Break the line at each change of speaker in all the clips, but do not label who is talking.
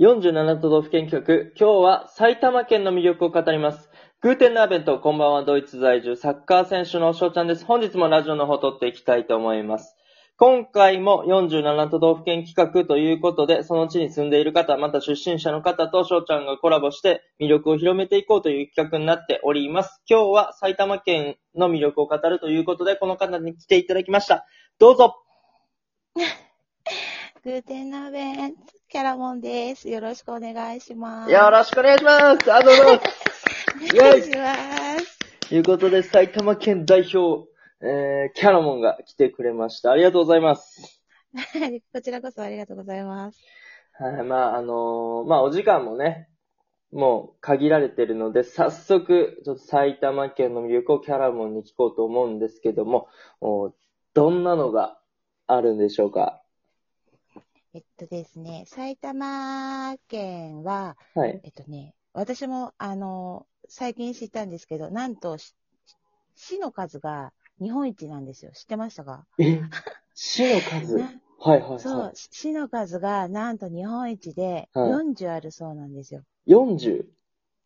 47都道府県局、今日は埼玉県の魅力を語ります。グーテンナーベント、こんばんは、ドイツ在住、サッカー選手の翔ちゃんです。本日もラジオの方を撮っていきたいと思います。今回も47都道府県企画ということで、その地に住んでいる方、また出身者の方と翔ちゃんがコラボして魅力を広めていこうという企画になっております。今日は埼玉県の魅力を語るということで、この方に来ていただきました。どうぞ
グーテンナーベンツ、キャラモンです。よろしくお願いします。
よろしくお願いしますあ、どうぞ
お願いします。
ということで、埼玉県代表、えー、キャラモンが来てくれました。ありがとうございます。
はいこちらこそありがとうございます。
はい、まあ、あのーまあ、お時間もね、もう限られてるので、早速、ちょっと埼玉県の魅力をキャラモンに聞こうと思うんですけども、おどんなのがあるんでしょうか
えっとですね、埼玉県は、
はい。
えっとね、私も、あの、最近知ったんですけど、なんと、し市の数が日本一なんですよ。知ってましたか、
え、市の数はい
ね
はいは
そう、し市の数がなんと日本一で
はい
40あるそうなんですよ。
い。40?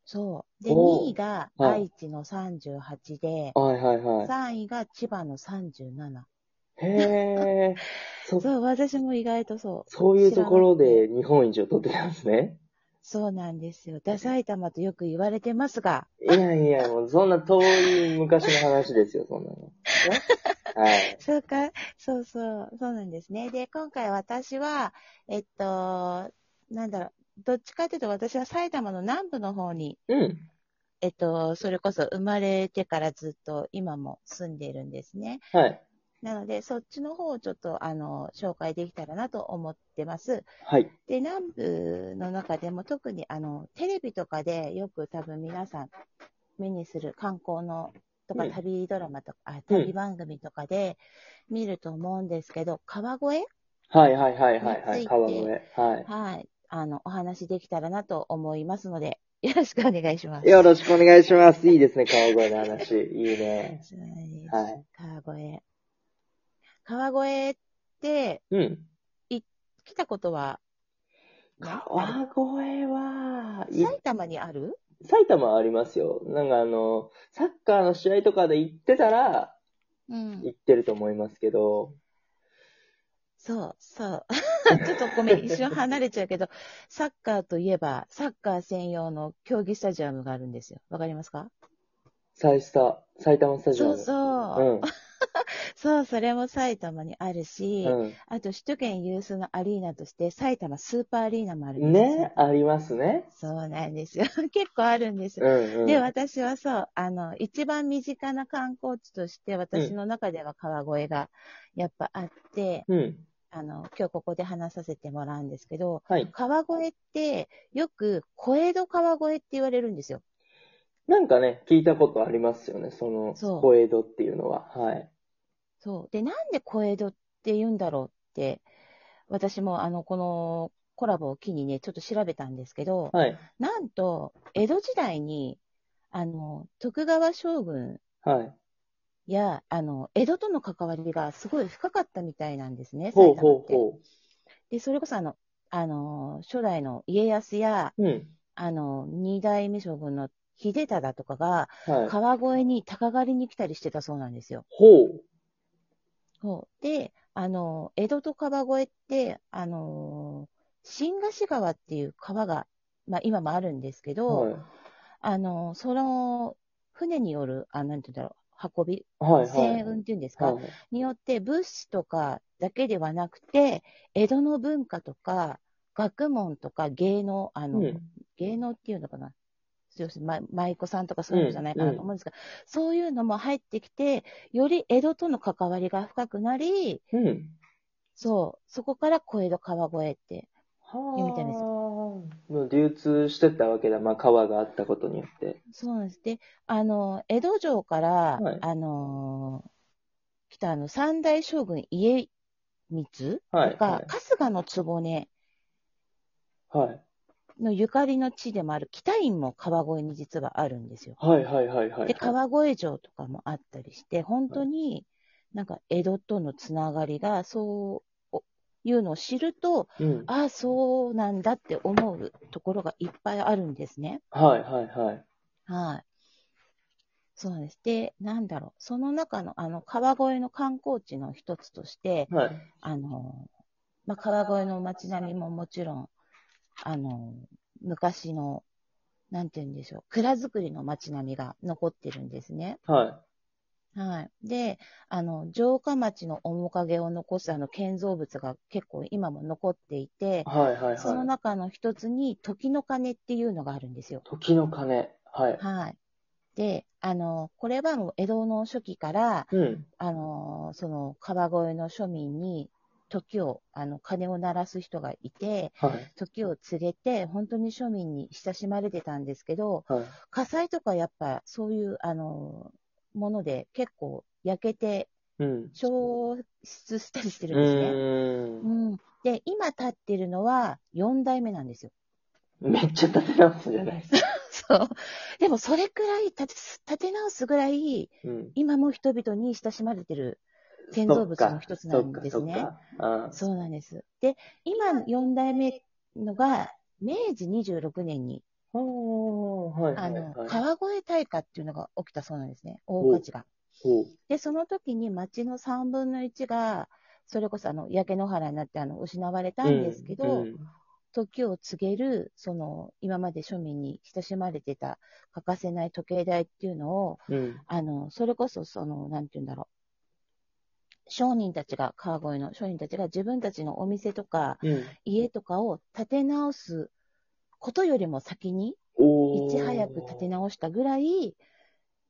そう。で、
おー
2位が
はい
愛知の38で、
はいはいは
3位が千葉の37。
い。へー。そ、
そう、私も意外とそう。
そういうところで日本一を取ってたんですね。
そうなんですよ。ダサい玉とよく言われてますが、
いやいや、もうそんな遠い昔の話ですよ、そんなの。はい。
そうか、そうそう、そうなんですね。で、今回私は、えっと、なんだろう、どっちかというと私は埼玉の南部の方に、
うん。
えっと、それこそ生まれてからずっと今も住んでいるんですね。
はい。
なので、そっちの方をちょっと、あの、紹介できたらなと思ってます。
はい。
で、南部の中でも特にあの、テレビとかでよく多分皆さん目にする観光のとか
うん
旅ドラマとか、あ
うん
旅番組とかで見ると思うんですけど、川越
はいはいはいはい、は
につい
い。
て
川越。は
はい。あの、お話できたらなと思いますので、よろしくお願いします。
い。よろしくお願いします。いいですね、川越の話。いいね。
そうです
はい。
川越。川越って
うん。
来たことは、
川越は、い
埼玉にある
埼玉はありますよ。なんかあの、サッカーの試合とかで行ってたら、
うん。
行ってると思いますけど、
そう、 そう。ちょっとごめん、一瞬離れちゃうけど、サッカーといえば、サッカー専用の競技スタジアムがあるんですよ。わかりますか
サイスタ、埼玉スタジア
そ
ム。
うそう。そう、それも埼玉にある
う
し、
ん。う
あと首都圏有数のアリーナとして、埼玉スーパーアリーナもある
ん。
んですよ。
ね、ありますね。
そうなんですよ。 結構あるんですよ。
うんうん。
で、私はそう、あの、一番身近な観光地として、私の中では川越がやっぱあって、
うん。
あの、今日ここで話させてもらうんですけど、
はい。
川越って、よく小江戸川越って言われるんですよ。
なんかね、聞いたことありますよね、その、
そう
小江戸っていうのは。はい。
そう。で、なんで小江戸って言うんだろうって、私もあの、このコラボを機にね、ちょっと調べたんですけど、
はい。
なんと、江戸時代に、あの、徳川将軍
はい。
や、あの、江戸との関わりがすごい深かったみたいなんですね、
ほう
埼
ほ
玉
う
って。
ほ
で、それこそあの、あの、初代の家康や、
う。うん。
あの、二代目将軍の秀忠とかが、
はい。
川越に鷹狩りに来たりしてたそうなんですよ。
ほう。
そうで、あの、江戸と川越って、あの、新河岸川っていう川が、まあ今もあるんですけど、
はい。
あの、その船による、あ、なんて言うんだろう、運び、
はいはい。
船運っていうんですか、
はい。
によって物資とかだけではなくて、江戸の文化とか、学問とか芸能、あの、
うん。
芸能っていうのかな。要するにま、舞妓さんとかそういうのじゃないかなと思うんですけど、そういうのも入ってきて、より江戸との関わりが深くなり、
うん。
そう、そこから小江戸川越って。
は
いうみたいです
の流通してったわけだ。まあ、川があったことによって。
そうなんです。で、あの、江戸城から、
はい
あのー来たあの、三代将軍家光
はい
とか、
はい
春日の坪根
はい。
のゆかりの地でもある北院も川越に実はあるんですよ。
はいはいはいはい。
で、川越城とかもあったりして、本当になんか江戸とのつながりが、そう、おいうのを知ると、
うん。
ああ、そうなんだって思うところがいっぱいあるんですね。
はい、はい、はい。
はい。そうなんです。で、なんだろう。その中の、あの、川越の観光地の一つとして、
はい。
あの、まあ、川越の街並みももちろん、あの、昔の、なんて言うんでしょう。蔵造りの街並みが残ってるんですね。
は
はい。で、あの、城下町の面影を残す、あの、建造物が結構今も残っていて
い。、はい、はい、
その
はい。
中の一つに、時の鐘っていうのがあるんですよ。
時の鐘。はい。
はい。で、あの、これはもう江戸の初期から、
うん。
あの、その川越の庶民に時を、あの、鐘を鳴らす人がいて、
はい。
時を連れて、本当に庶民に親しまれてたんですけど、
はい。
火災とかやっぱそういう、あの、もので結構焼けて
うん。
消失したりして
う
るんですね。
ー。
うんん。で、今立ってるのは4代目なんですよ。
めっちゃ立て直すじゃないですか。
そう。でもそれくらい立てす立て直すぐらい、
うん。
今も人々に親しまれてる建造物の一つなんですね
そっ。か。そっかあー
そうなんです。で、今4代目のが、明治26年に、
ほーはい。は
あ
い
の、
はい。
川越大火っていうのが起きたそうなんですね。大火事が。
ほう
で、その時に町の3分の1が、それこそあの、焼け野原になってあの、失われたんですけど、
うんうん
時を告げる、その、今まで庶民に親しまれてた欠かせない時計台っていうのを、
うん。
あの、それこそ、その、なんて言うんだろう。商人たちが、川越の商人たちが自分たちのお店とか
うん。
家とかを建て直すことよりも先に、
お
い
ー
ち早く建て直したぐらい、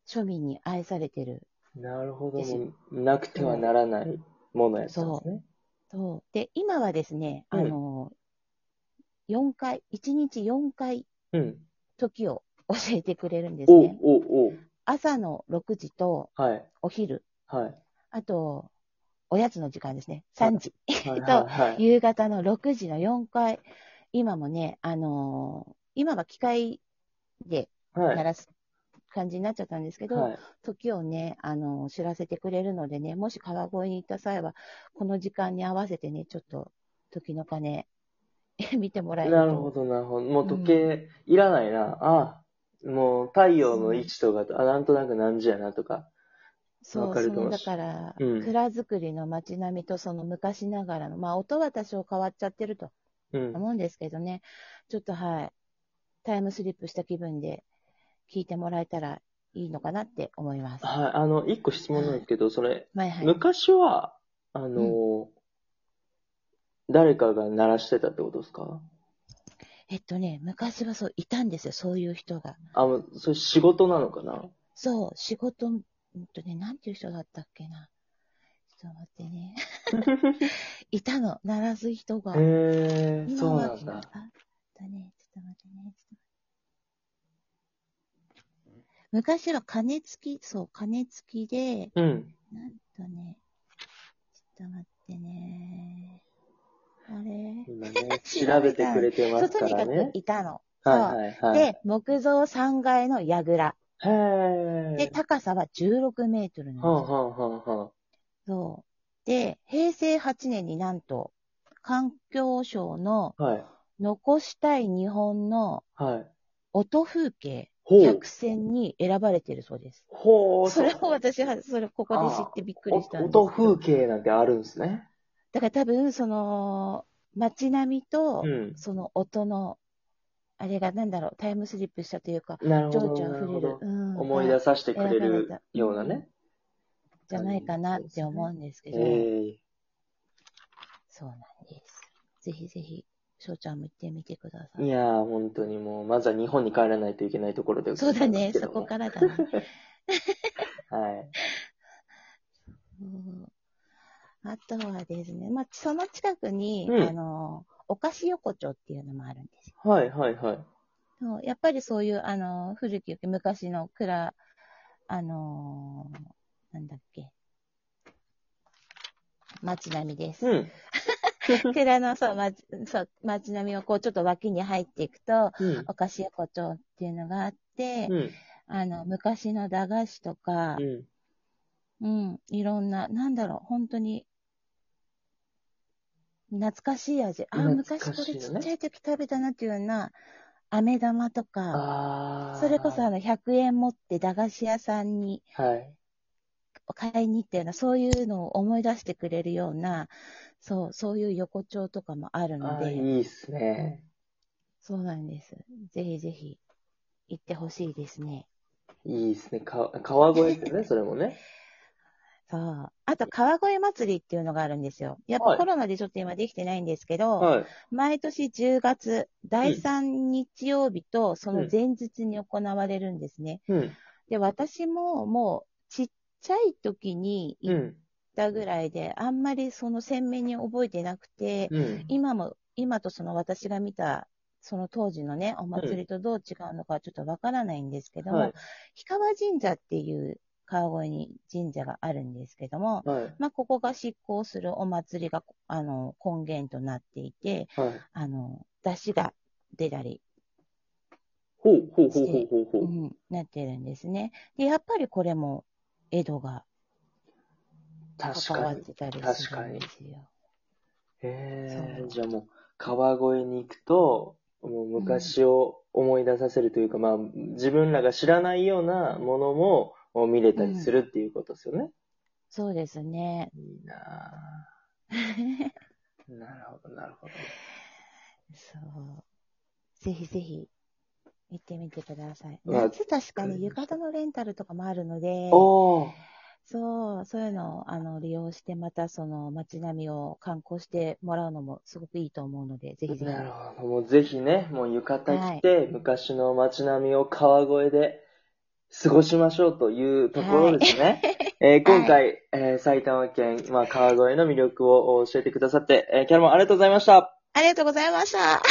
庶民に愛されてる。
なるほど。
です
もうなくてはならないものやったんですね。
そう。で、今はですね、あの、4回、1日4回
うん。
時を教えてくれるんです
おう
ね。
おうおう
朝の6時と
はい。
お昼、
はい。
あと、おやつの時間ですね。3時。
はいはいはい。
夕方の6時の4回、今もね、あのー今は機械で
はい。
鳴らす感じになっちゃったんですけど、
はい。
時をね、あのー知らせてくれるのでね、もし川越に行った際は、この時間に合わせてね、ちょっと時の鐘、 見てもらえると。
なるほど、なるほど。もう時計いらないな。ああ、もう太陽の位置とか、あ、なんとなく何時やなとか。
そ
わ
う、
かる
そ
かも
のだ
し
から、
うん
蔵造りの街並みとその昔ながらの、まあ音は多少変わっちゃってると
うん。
思うんですけどね、ちょっとはい、タイムスリップした気分で聞いてもらえたらいいのかなって思います。
はい。あの、一個質問なんですけど、それ、
はいはい。
昔は、あの、誰かが鳴らしてたってことですか
えっとね、昔はそう、いたんですよ、そういう人が。
あ、もう、それ仕事なのかな
そう、仕事、うんとね、なんていう人だったっけな。ちょっと待ってね。 いたの、鳴らす人が。
へえ、
今
そう
は
なんだ
あ。とね、ちょっと待ってね。ちょっと待って昔は金付き、そう、金付きで、
うん。
なんとね、ちょっと待ってね。あれ
今ね、調べてくれてます
そう、と
か
に
ら
かく
ね。
いたの。
はいはいはい。
で、木造3階の櫓。
へえ。
で、高さは16メートルなんです
はあは
よ。
あはあは
そう。で、平成8年になんと、環境省の
あ。はい。
残したい日本の
はい。
音風景
ほう
100。選に選ばれてるそうです。
ほう。
それを私は、それここで知ってびっくりしたんですけど
音風景なんてあるんですね。
だから多分、その、街並みと、
うん。
その音の、あれがなんだろう、タイムスリップしたというか、
なる
情
ほ
緒
ど、
あ
なる
ふれ
ほ
る
ど、。
うん
思い出させてくれるようなね。
じゃないかなって思うんですけど、
ええ
そうなんです。ぜひぜひ、翔ちゃんも行ってみてくださ
い
い。
やー、本当にもう、まずは日本に帰らないといけないところでござ
そう
います
だ
けど
ね、そこからだね。
ら。はい。
うんあとはですね、まあ、その近くに、
うん
あの、お菓子横丁っていうのもあるんですよ。
はい、はい、はい。
そうやっぱりそういう、あの、古き良き昔の蔵、あのーなんだっけ、街並みです。
うん。
寺のそう、ま、そう街並みをこうちょっと脇に入っていくと、
うん。
お菓子横丁っていうのがあって、
うん。
あの、昔の駄菓子とか、
うん。
うん、いろんな、なんだろう、本当に、懐かしい味。あ、
懐か
昔こ
しいよね
れちっちゃい時食べたなっていうような、飴玉とか、
ああ。
それこそあの、100円持って駄菓子屋さんに
はい。
買いに行ったような、そういうのを思い出してくれるような、そう、そういう横丁とかもあるの
ああ、い
で、
いっすね。
そうなんです。ぜひぜひ、行ってほしいですね。
いいっすね。か川越 ですね、それもね。
そう。あと、川越祭りっていうのがあるんですよ。やっ
は
ぱ
い
コロナでちょっと今できてないんですけど、
はい。
毎年10月、第3日曜日とその前日に行われるんですね。
うん。
で、私ももうちっちゃい時に
う
行っ
ん。
たぐらいで、あんまりその鮮明に覚えてなくて、
うん。
今も、今とその私が見た、その当時のね、お祭りとどう違うのかはちょっとわからないんですけども、
はい。
氷川神社っていう川越に神社があるんですけども、
はい。
まあ、ここが執行するお祭りが、あの、根源となっていて、
はい。
あの、出汁が出たり、
ほうほうほうほうほうほ
う
う。
ん、なってるんですね。で、やっぱりこれも、江戸が
確
関わ
か
っ
に。
てたり
確
す
か
る
に
んですよ。
へ
そ
え。
う
じゃあもう、川越に行くと、もう昔を思い出させるというか、まあ、自分らが知らないようなものももう見れたりするっていうことですよね。
そうですね。
いいなぁなるほど、なるほど。
そう。ぜひぜひ、行ってみてください。
うわ
夏確かに浴衣のレンタルとかもあるので、
おー
そう、そういうのをあの利用して、またその街並みを観光してもらうのもすごくいいと思うので、ぜひぜひ。
なるほど。もうぜひね、もう浴衣着て、昔の街並みを川越で過ごしましょうというところですね。えー今回、えー埼玉県、まあ、川越の魅力を教えてくださって、えーキャラもありがとうございました。
ありがとうございました。